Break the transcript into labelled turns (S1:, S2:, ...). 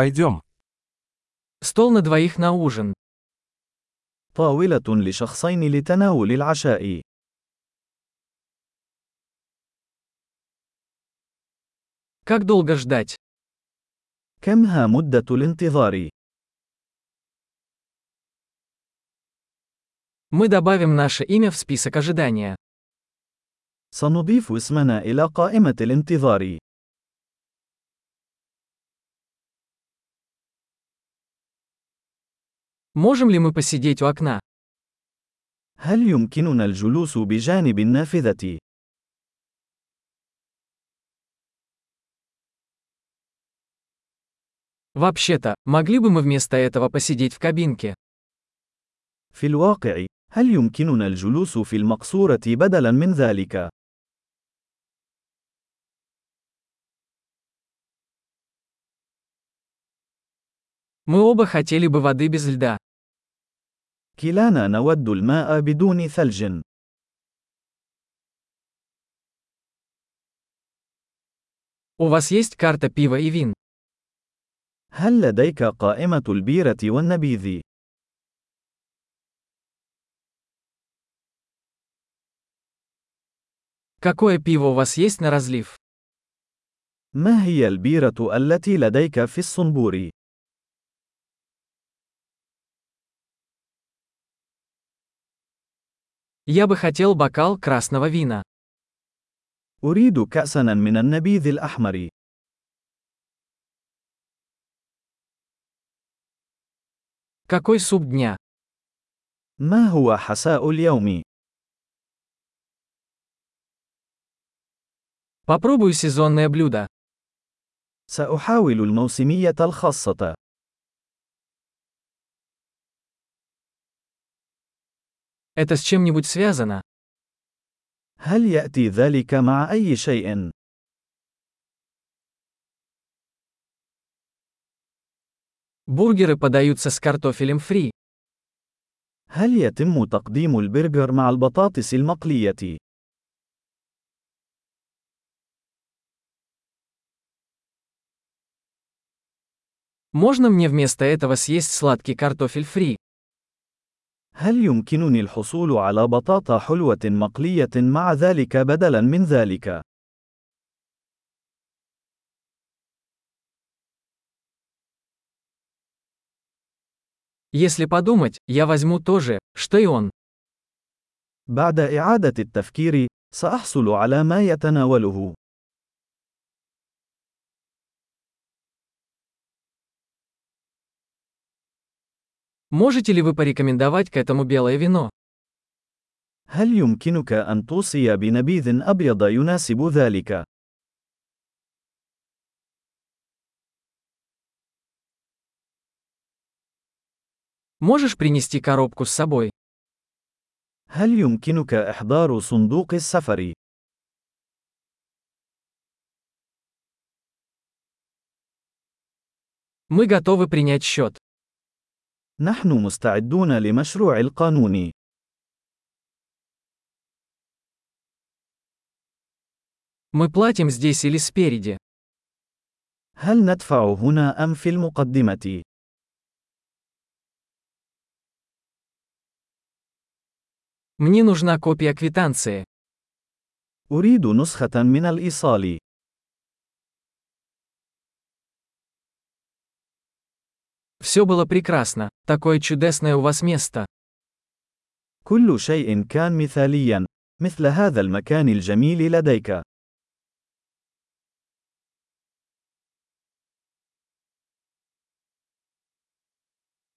S1: Пойдем.
S2: Стол на двоих на ужин.
S3: طاولة لشخصين لتناول العشاء.
S2: Как долго ждать?
S3: كم ها مدة الانتظار؟
S2: Мы добавим наше имя в список ожидания.
S3: سنضيف اسمنا إلى قائمة الانتظار.
S2: Можем ли мы посидеть у окна?
S3: هل يمكننا الجلوس بجانب النافذة؟
S2: Вообще-то, могли бы мы вместо этого посидеть в кабинке?
S3: في الواقع، هل يمكننا الجلوس في المقصورة بدلا من ذلك؟
S2: Мы оба хотели бы воды без льда.
S3: كلانا نود الماء بدون ثلج.
S2: У вас есть карта пива и вин?
S3: هل لديك قائمة البيرة والنبيذ؟
S2: Какое пиво у вас есть на разлив?
S3: ما هي البيرة التي لديك في الصنبور؟
S2: Я бы хотел бокал красного вина.
S3: أريد كأسا من النبيذ الأحمر.
S2: Какой суп дня?
S3: ما هو حساء اليوم؟
S2: Попробую сезонное блюдо.
S3: سأحاول الموسمية الخاصة.
S2: Это с чем-нибудь связано?
S3: هل يأتي ذلك مع أي شيء؟
S2: Бургеры подаются с картофелем фри.
S3: هل يتم تقديم البرجر مع البطاطس المقلية؟
S2: Можно мне вместо этого съесть сладкий картофель фри?
S3: هل يمكنني الحصول على بطاطا حلوة مقلية مع ذلك بدلا من ذلك؟
S2: Если подумать, я возьму то же, что и он.
S3: بعد إعادة التفكير، سأحصل على ما يتناوله.
S2: Можете ли вы порекомендовать к этому белое вино?
S3: هل يمكنك أن توصي بنبيذ أبيض يناسب ذلك؟
S2: Можешь принести коробку с собой?
S3: هل يمكنك إحضار صندوق السفر؟
S2: Мы готовы принять счет.
S3: نحن مستعدون لمشروع القانون.
S2: Мы платим здесь или спереди.
S3: هل ندفع هنا أم في المقدمة؟
S2: Мне нужна копия квитанции.
S3: أريد نسخة من الإيصال.
S2: Все было прекрасно. Такое чудесное у вас место.
S3: كل شيء كان مثاليا. مثل هذا المكان الجميل لديك.